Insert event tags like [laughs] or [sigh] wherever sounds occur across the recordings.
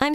I'm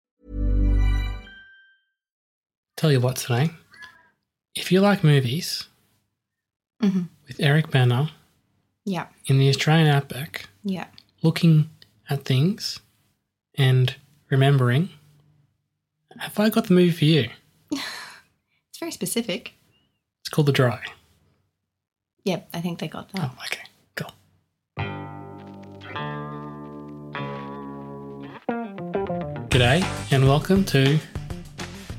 Tell you what today. If you like movies Mhm. with Eric Banner Yeah. in the Australian Outback, Yeah. looking at things and remembering, have I got the movie for you? It's very specific. It's called The Dry. Yep. I think they got that. Oh, okay. Cool. G'day and welcome to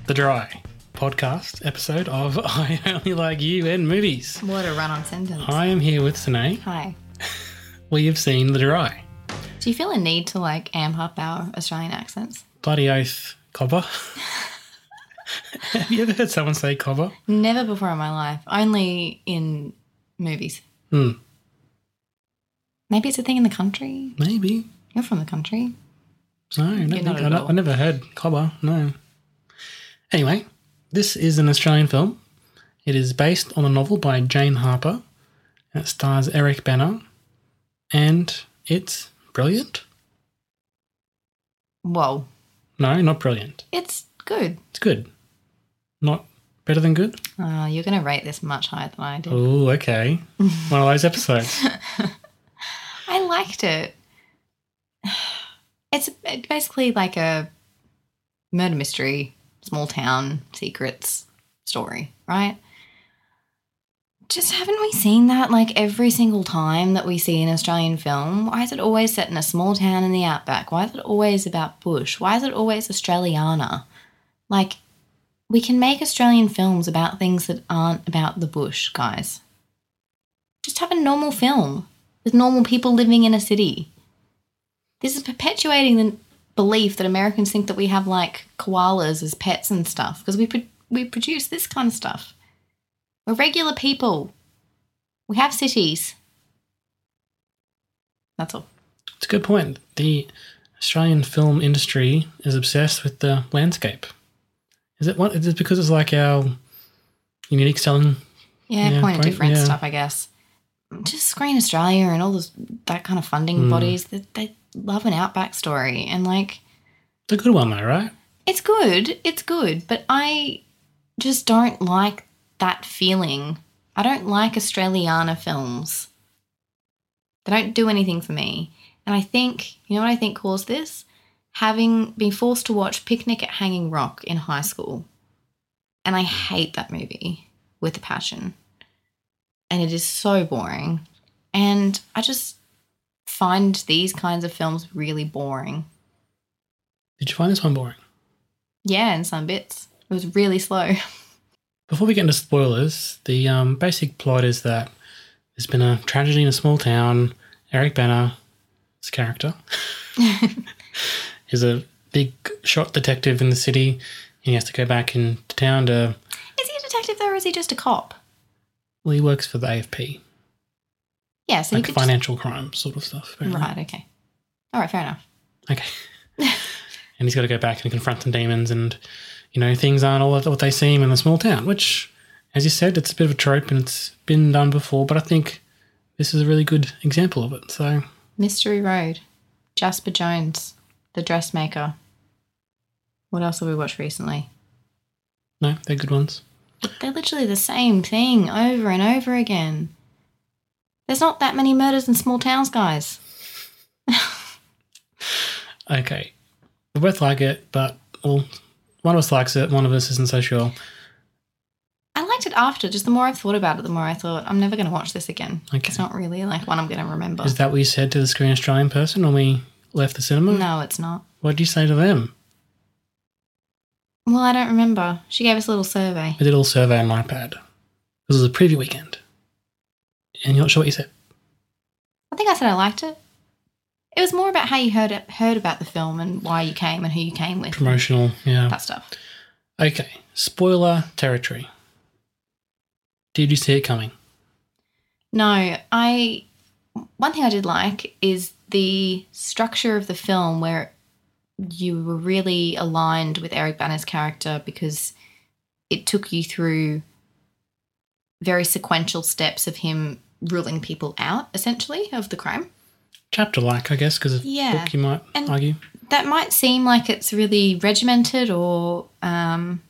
The Dry podcast episode of [laughs] I Only Like You and Movies. What a run on sentence. I am here with Sine. Hi. We have seen The Dry. Do you feel a need to like amp up our Australian accents? Bloody oath, cobber. have you ever heard someone say cobber? Never before in my life. Only in movies. Hmm, Maybe it's a thing in the country. maybe. You're from the country. No, I, don't You're think, not I, at don't- all. I never heard Cobber, no. Anyway, this is an Australian film. It is based on a novel by Jane Harper. and It stars Eric Banner. And it's brilliant. Whoa. No, not brilliant. It's good. It's good. Not better than good. Uh, you're going to rate this much higher than I did. Oh, okay. One of those episodes. I liked it. It's basically like a murder mystery, small town secrets story, right? Just haven't we seen that like every single time that we see an Australian film? Why is it always set in a small town in the outback? Why is it always about bush? Why is it always Australiana? Like, we can make Australian films about things that aren't about the bush, guys just have a normal film with normal people living in a city. This is perpetuating the belief that Americans think that we have like koalas as pets and stuff because we pro- we produce this kind of stuff. We're regular people. We have cities. That's all. It's a good point. The Australian film industry is obsessed with the landscape. Is it what? Is it because it's like our unique selling Yeah, Yeah, point of point- difference yeah. stuff, I guess. Just Screen Australia and all those that kind of funding Mm. bodies that they love an outback story and like It's a good one though, right? It's good. It's good. But I just don't like that feeling. I don't like Australiana films. They don't do anything for me. And I think, you know what I think caused this? Having been forced to watch Picnic at Hanging Rock in high school. And I hate that movie with a passion. And it is so boring. And I just find these kinds of films really boring. Did you find this one boring? Yeah, in some bits. It was really slow. [laughs] Before we get into spoilers, the um, basic plot is that there's been a tragedy in a small town. Eric Banner, his character, [laughs] is a big shot detective in the city, and he has to go back into town to. Is he a detective though, or is he just a cop? Well, he works for the AFP, Yeah, so like he could financial crime sort of stuff. just... apparently. Right, okay. All right, fair enough. Okay. [laughs] and he's got to go back and confront some demons, and you know things aren't all what they seem in a small town. Which, as you said, it's a bit of a trope and it's been done before. But I think this is a really good example of it. So Mystery Road, Jasper Jones, The Dressmaker. What else have we watched recently? no, they're good ones. They're literally the same thing over and over again. There's not that many murders in small towns, guys. Okay, we both like it, but well, one of us likes it, one of us isn't so sure. I liked it after. Just the more I thought about it, the more I thought I'm never going to watch this again. Okay. It's not really like one I'm going to remember. Is that what you said to the Screen Australian person when we left the cinema? No, it's not. What did you say to them? Well, I don't remember. She gave us a little survey. I did a little survey on my iPad. This was a preview weekend, and you're not sure what you said. I think I said I liked it. It was more about how you heard heard about the film and why you came and who you came with. Promotional, yeah. That stuff. Okay, spoiler territory. Did you see it coming? No, I. One thing I did like is the structure of the film where you were really aligned with Eric Banner's character because it took you through very sequential steps of him ruling people out, essentially, of the crime. Chapter like, I guess, because Yeah. book you might And- argue. that might seem like it's really regimented or um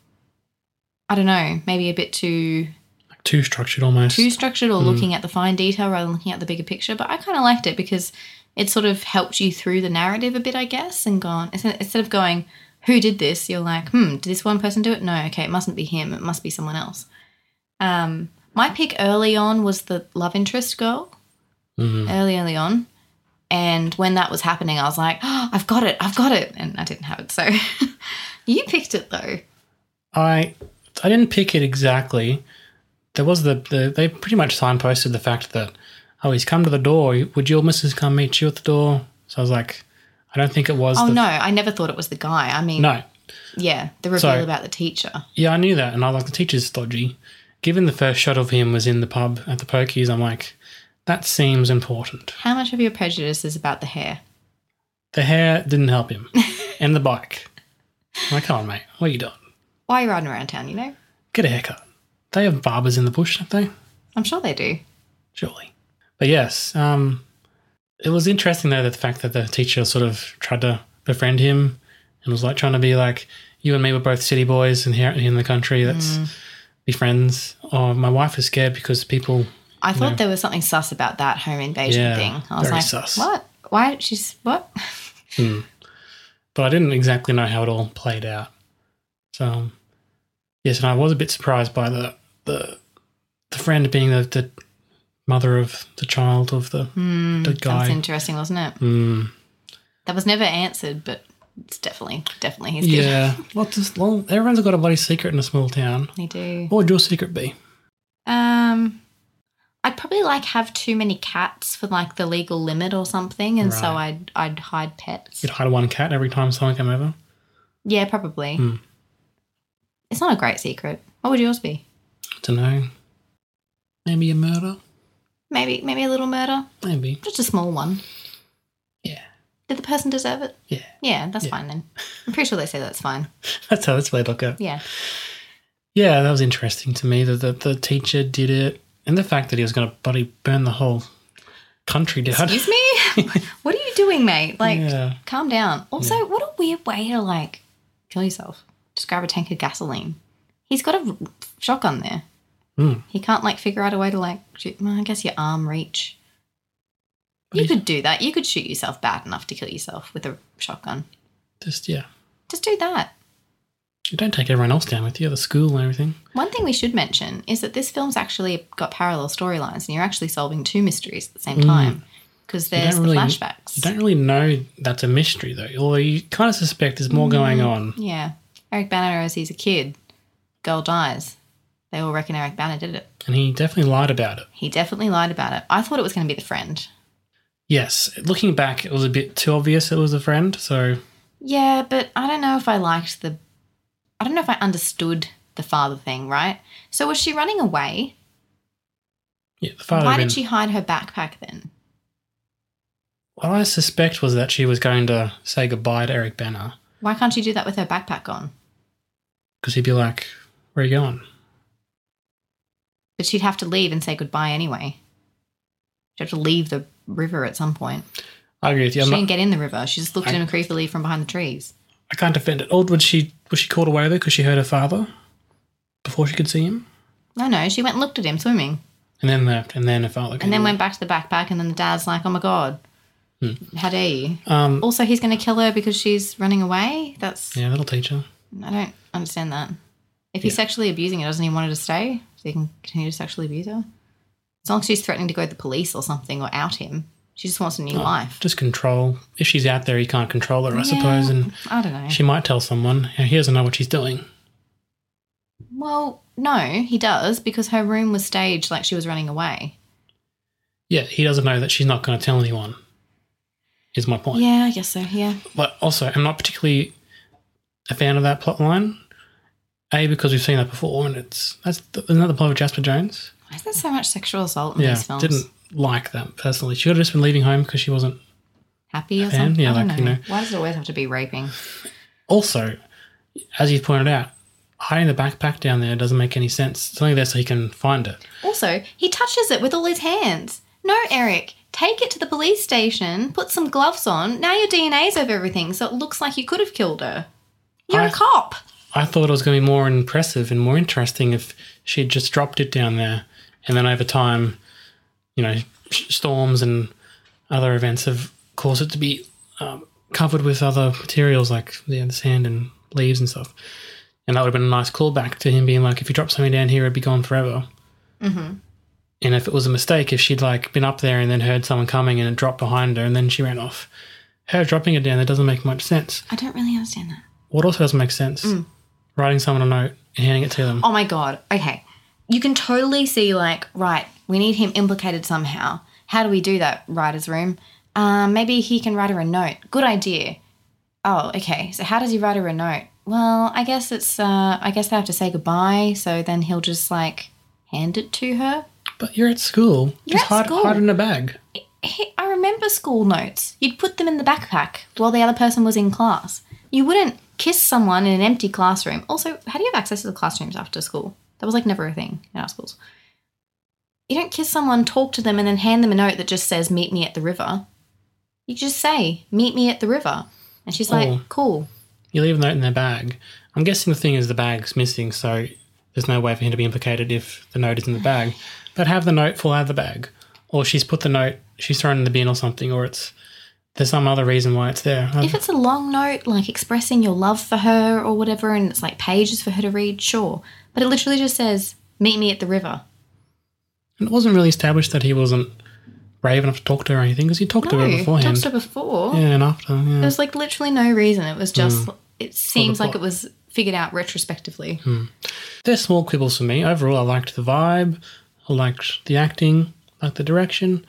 I don't know, maybe a bit too Like too structured almost. too structured or Mm. looking at the fine detail rather than looking at the bigger picture. But I kind of liked it because it sort of helped you through the narrative a bit, I guess, and gone instead instead of going, who did this? You're like, hmm, did this one person do it? No, okay, it mustn't be him. It must be someone else. Um, my pick early on was the love interest girl. Mm-hmm. Early, early on. And when that was happening, I was like, oh, I've got it, I've got it. And I didn't have it. So [laughs] you picked it though. I I didn't pick it exactly. There was the, the they pretty much signposted the fact that oh he's come to the door. Would your missus come meet you at the door? So I was like, I don't think it was. Oh the, no, I never thought it was the guy. I mean, no, yeah, the reveal Sorry. about the teacher. yeah, I knew that, and I was like the teacher's dodgy. Given the first shot of him was in the pub at the pokies, I'm like, that seems important. How much of your prejudice is about the hair? The hair didn't help him, and the bike. I'm like, come on, mate, what are you doing? Why are you riding around town, you know? Get a haircut. They have barbers in the bush, don't they? I'm sure they do. surely. But yes, um, it was interesting though that the fact that the teacher sort of tried to befriend him and was like trying to be like, you and me were both city boys and here in the country, let's be friends. Or my wife is scared because people. I thought there was something sus about that home invasion Yeah, thing. I was very like, sus. what? Why? She's what? But I didn't exactly know how it all played out. So um, yes, and I was a bit surprised by the the the friend being the, the mother of the child of the the That's guy. interesting, wasn't it? Mm. That was never answered, but it's definitely, definitely his kid. Yeah. Lots of, well, everyone's got a bloody secret in a small town. They do. What would your secret be? Um, I'd probably like have too many cats for like the legal limit or something, and so Right. I'd I'd hide pets. You'd hide one cat every time someone came over. Yeah, probably. Hmm. It's not a great secret. What would yours be? I don't know. Maybe a murder? Maybe maybe a little murder, Maybe. just a small one. Yeah. Did the person deserve it? Yeah. [laughs] Yeah, that's Yeah. fine then. I'm pretty sure they say that's fine. That's how that's played look at. Yeah. Yeah, that was interesting to me that the, the teacher did it. And the fact that he was going to bloody burn the whole country down. [laughs] Excuse me? [laughs] what are you doing, mate? Like, Yeah. calm down. Also, what a weird way to like kill yourself. Just grab a tank of gasoline. He's got a r- shotgun there. Hmm. He can't like figure out a way to like shoot. Well, I guess your arm reach. You could do that. You could shoot yourself bad enough to kill yourself with a shotgun. Just, yeah. Just do that. You don't take everyone else down with you, the school and everything. One thing we should mention is that this film's actually got parallel storylines, and you're actually solving two mysteries at the same time because Mm. You don't there's the really- flashbacks. You don't really know that's a mystery, though. Although you kind of suspect there's more going Mm. on. Yeah. Eric Banner, as he's a kid, girl dies. They all reckon Eric Banner did it. And he definitely lied about it. He definitely lied about it. I thought it was going to be the friend. Yes. Looking back, it was a bit too obvious it was a friend. So Yeah, but I don't know if I liked the. I don't know if I understood the father thing, right? So was she running away? Yeah, the father. Why then- did she hide her backpack then? What I suspect was that she was going to say goodbye to Eric Banner Why can't she do that with her backpack on? because he'd be like, "Where are you going?" But she'd have to leave and say goodbye anyway. She'd have to leave the river at some point. I agree with you. she I'm didn't not, get in the river. She just looked I- at him creepily from behind the trees. I can't defend it. Or would she? Was she called away though because she heard her father before she could see him, No, no, she went and looked at him swimming. and then left, and then her father. came And then along. went back to the backpack, and then the dad's like, "Oh my god, Hmm. how dare you!" Um, Also, he's going to kill her because she's running away. That's yeah, little teacher. I don't understand that. If he's sexually abusing her, doesn't he want her to stay so he can continue to sexually abuse her? As long as she's threatening to go to the police or something or out him, she just wants a new life. Oh, Just control. If she's out there, he can't control her, I suppose, Yeah, and I don't know. she might tell someone. and He doesn't know what she's doing. well, no, he does because her room was staged like she was running away. Yeah, he doesn't know that she's not going to tell anyone. is my point. Yeah, I guess so. Yeah. But also, I'm not particularly a fan of that plot line. A because we've seen that before, and it's that's the, isn't that the plot of Jasper Jones? Why is there so much sexual assault in yeah, these films? didn't like that personally. She could have just been leaving home because she wasn't. Happy or Fan? something? Yeah, I don't like, know. you know. Why does it always have to be raping? Also, as you've pointed out, hiding the backpack down there doesn't make any sense. It's only there so he can find it. Also, he touches it with all his hands. No, Eric, take it to the police station, put some gloves on. Now your DNA's over everything, so it looks like you could have killed her. You're a I- cop. I thought it was going to be more impressive and more interesting if she'd just dropped it down there, and then over time, you know, sh- storms and other events have caused it to be um, covered with other materials like yeah, the sand and leaves and stuff. And that would have been a nice callback to him being like, if you drop something down here, it'd be gone forever. Mm-hmm. And if it was a mistake, if she'd like been up there and then heard someone coming and it dropped behind her and then she ran off, her dropping it down there doesn't make much sense. I don't really understand that. What also doesn't make sense? Mm. Writing someone a note and handing it to them. Oh my god. Okay. You can totally see like, right, we need him implicated somehow. How do we do that, writer's room? Um, maybe he can write her a note. Good idea. Oh, okay. So how does he write her a note? Well, I guess it's uh I guess they have to say goodbye, so then he'll just like hand it to her. But you're at school. You're Just at hide, school. hide in a bag. Hey, I remember school notes. You'd put them in the backpack while the other person was in class. You wouldn't kiss someone in an empty classroom. Also, how do you have access to the classrooms after school? That was like never a thing in our schools. You don't kiss someone, talk to them, and then hand them a note that just says, Meet me at the river. You just say, Meet me at the river. And she's Oh. like, Cool. You leave a note in their bag. I'm guessing the thing is the bag's missing, so there's no way for him to be implicated if the note is in the bag. But have the note fall out of the bag. Or she's put the note, she's thrown it in the bin or something, or it's there's some other reason why it's there. If it's a long note, like expressing your love for her or whatever, and it's like pages for her to read, sure. But it literally just says, Meet me at the river. And it wasn't really established that he wasn't brave enough to talk to her or anything, because he talked to her beforehand. touched her before. yeah, and after, yeah. There was like literally no reason. It was just. It seems like Mm. it plot. Hmm. was figured out retrospectively. They're small quibbles for me. Overall, I liked the vibe, I liked the acting, I liked the direction.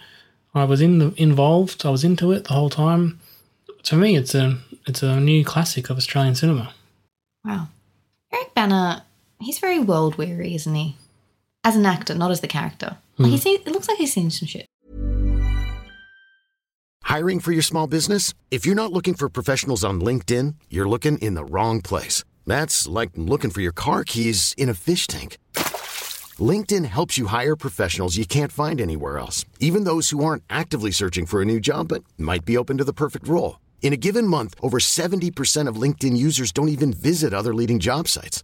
I was in the, involved. I was into it the whole time. To me, it's a it's a new classic of Australian cinema. Wow. Eric Banner, he's very world weary, isn't he? As an actor, not as the character. Like Hmm. he seems, it looks like he's seen some shit. Hiring for your small business? If you're not looking for professionals on LinkedIn, you're looking in the wrong place. That's like looking for your car keys in a fish tank. LinkedIn helps you hire professionals you can't find anywhere else, even those who aren't actively searching for a new job but might be open to the perfect role. In a given month, over 70% of LinkedIn users don't even visit other leading job sites.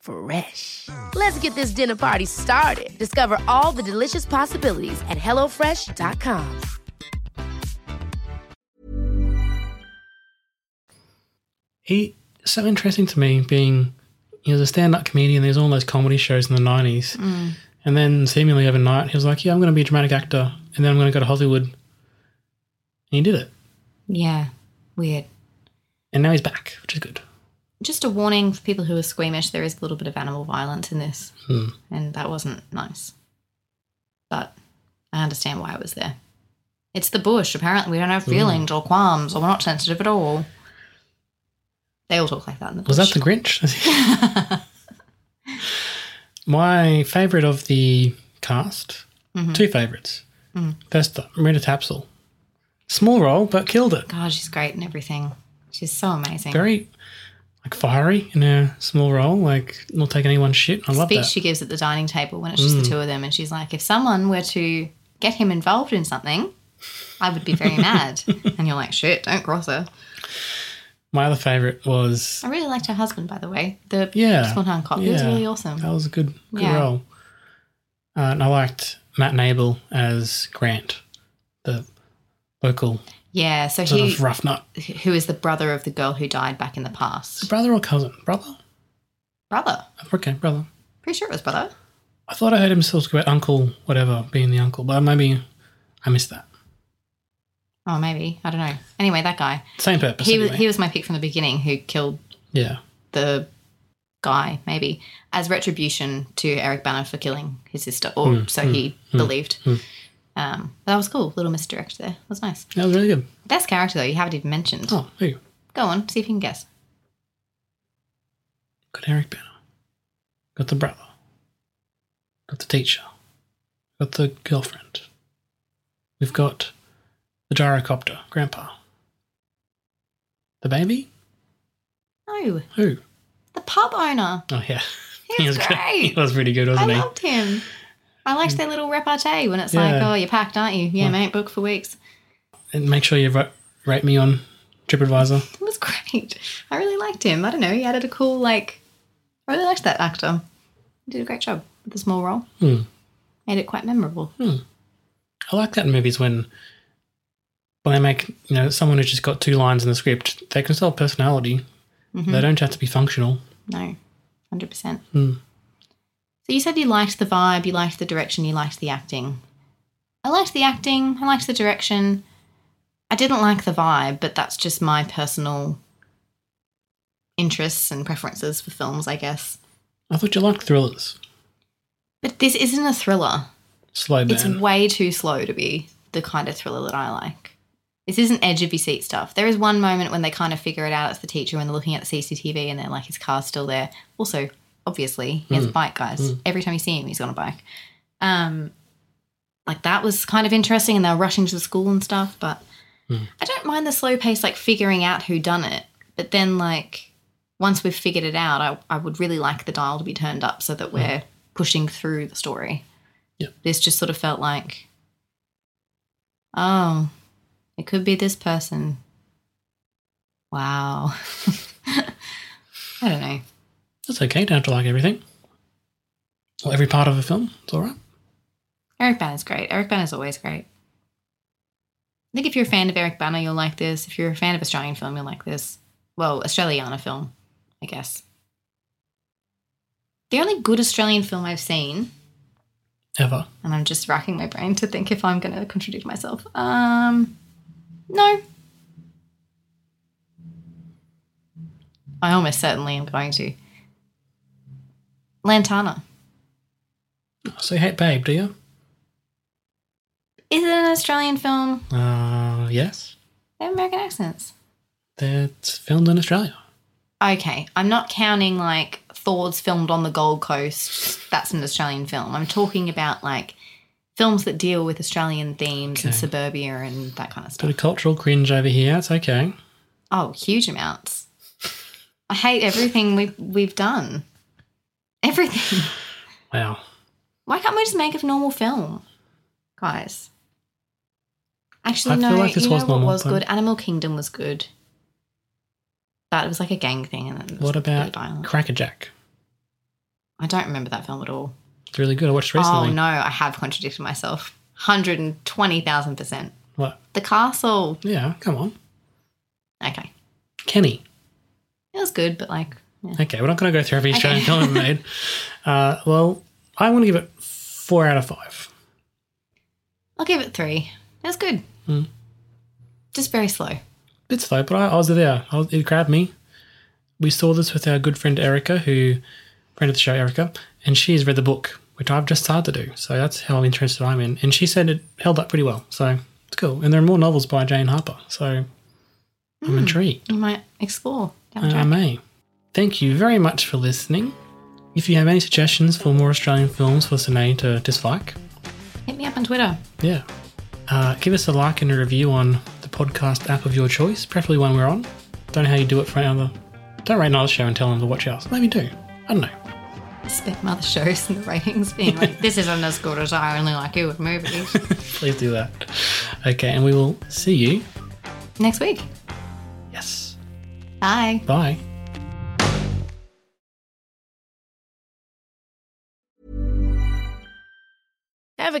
Fresh. Let's get this dinner party started. Discover all the delicious possibilities at hellofresh.com. He so interesting to me being he was a stand-up comedian. There's all those comedy shows in the '90s, and then seemingly overnight he was like, "Yeah, I'm going to be a dramatic actor, and then I'm going to go to Hollywood." And he did it, Yeah, weird. and now he's back, which is good. Just a warning for people who are squeamish: there is a little bit of animal violence in this, Hmm. and that wasn't nice. But I understand why it was there. It's the bush. Apparently, we don't Hmm. have feelings or qualms, or we're not sensitive at all. They all talk like that. In the Was bush. that the Grinch? [laughs] My favourite of the cast, Mm-hmm. two favourites. First up, Marina Tapsell. Small role, but killed it. God, she's great and everything. She's so amazing. Very like fiery in a small role, like not taking anyone's shit. I the love speech that. Mm. she gives at the dining table when it's just the two of them, and she's like, "If someone were to get him involved in something, I would be [laughs] very mad." And you're like, "Shit, don't cross her." My other favourite was I really liked her husband, by the way. The yeah, small town cop. He was yeah. Oh. really awesome. That was a good, good Yeah. role. Uh, and I liked Matt Nable as Grant, the local Yeah, so Sort he, of rough nut. who is the brother of the girl who died back in the past? Brother or cousin? Brother? Brother. Okay, brother. Pretty sure it was brother. I thought I heard him still talk about uncle, whatever, being the uncle, but maybe I missed that. Oh, maybe. I don't know. Anyway, that guy. Same purpose. He was, anyway. he was my pick from the beginning who killed yeah. the guy, maybe, as retribution to Eric Banner for killing his sister, or Hmm, so he believed. Um, that was cool. Little misdirect there. That was nice. That was really good. Best character, though, you haven't even mentioned. Oh, there you go. Go on, see if you can guess. Got Eric Banner. Got the brother. Got the teacher. Got the girlfriend. We've got the gyrocopter, grandpa. The baby? No, Who? the pub owner. Oh, yeah. He was good. great. [laughs] He was pretty good, I wasn't he? loved him. I liked their little repartee when it's like, Yeah. oh, you're packed, aren't you? Yeah, mate, book for weeks. [laughs] And make sure you ra- rate me on TripAdvisor. It was great. I really liked him. I don't know. He added a cool, like, I really liked that actor. He did a great job with a small role. Hmm. Made it quite memorable. I like that in movies when when they make you know someone who's just got two lines in the script, they can still have personality. Mm-hmm. They don't have to be functional. No, 100%. Hmm. So you said you liked the vibe, you liked the direction, you liked the acting. I liked the acting, I liked the direction. I didn't like the vibe, but that's just my personal interests and preferences for films, I guess. I thought you liked thrillers. But this isn't a thriller. Slow burn. It's way too slow to be the kind of thriller that I like. This isn't edge of your seat stuff. There is one moment when they kind of figure it out. It's the teacher when they're looking at the CCTV and they're like, his car's still there. Also, obviously, he has a bike, guys. Every time you see him, he's on a bike. Um, like that was kind of interesting, and they were rushing to the school and stuff. But I don't mind the slow pace, like figuring out who done it. But then, like once we've figured it out, I, I would really like the dial to be turned up so that we're pushing through the story this just sort of felt like, oh, it could be this person. Wow. [laughs] I don't know. That's okay. Don't have to like everything. Or every part of a film. It's all right. Eric Banner's great. Eric Banner's always great. I think if you're a fan of Eric Banner, you'll like this. If you're a fan of Australian film, you'll like this. Well, Australiana film, I guess. The only good Australian film I've seen Ever. and I'm just racking my brain to think if I'm going to contradict myself. Um, no. I almost certainly am going to. Lantana. So you hate Babe, do you? Is it an Australian film? Uh, yes. They have American accents. That's filmed in Australia. Okay, I'm not counting like Thor's filmed on the Gold Coast. That's an Australian film. I'm talking about like films that deal with Australian themes and Okay. suburbia and that kind of stuff. Bit of cultural cringe over here. It's okay. Oh, huge amounts. I hate everything we've we've done. Everything. [laughs] Wow. Why can't we just make a normal film, guys? Actually, I no. feel like this you know was what normal, was but- good? Animal Kingdom was good. But it was like a gang thing, and it was What a bit about violent. Crackerjack? I don't remember that film at all. It's really good. I watched it recently. Oh no, I have contradicted myself. Hundred and twenty thousand percent. What? The Castle. Yeah. Come on, Okay, Kenny. it was good, but like, yeah. Okay, we're not going to go through every Australian Okay. film ever made. Uh, well, I want to give it four out of five. I'll give it three. It was good. Mm. Just very slow. Bit slow, but I, I was there. I was, it grabbed me. We saw this with our good friend Erica, who friend of the show Erica, and she has read the book, which I've just started to do. So that's how interested I'm in. And she said it held up pretty well, so it's cool. And there are more novels by Jane Harper, so I'm intrigued. You might explore. down I, I track. may. Thank you very much for listening. If you have any suggestions for more Australian films for Sinead to dislike, Hit me up on Twitter. Yeah. Uh, give us a like and a review on the podcast app of your choice, preferably one we're on. Don't know how you do it for another. Don't rate another show and tell them to watch ours. Maybe do. I don't know. Spec mother shows and the ratings being like, this is underscore as I only like you with movies. Please do that. Okay, and we will see you. Next week. Yes. Bye. Bye. Ever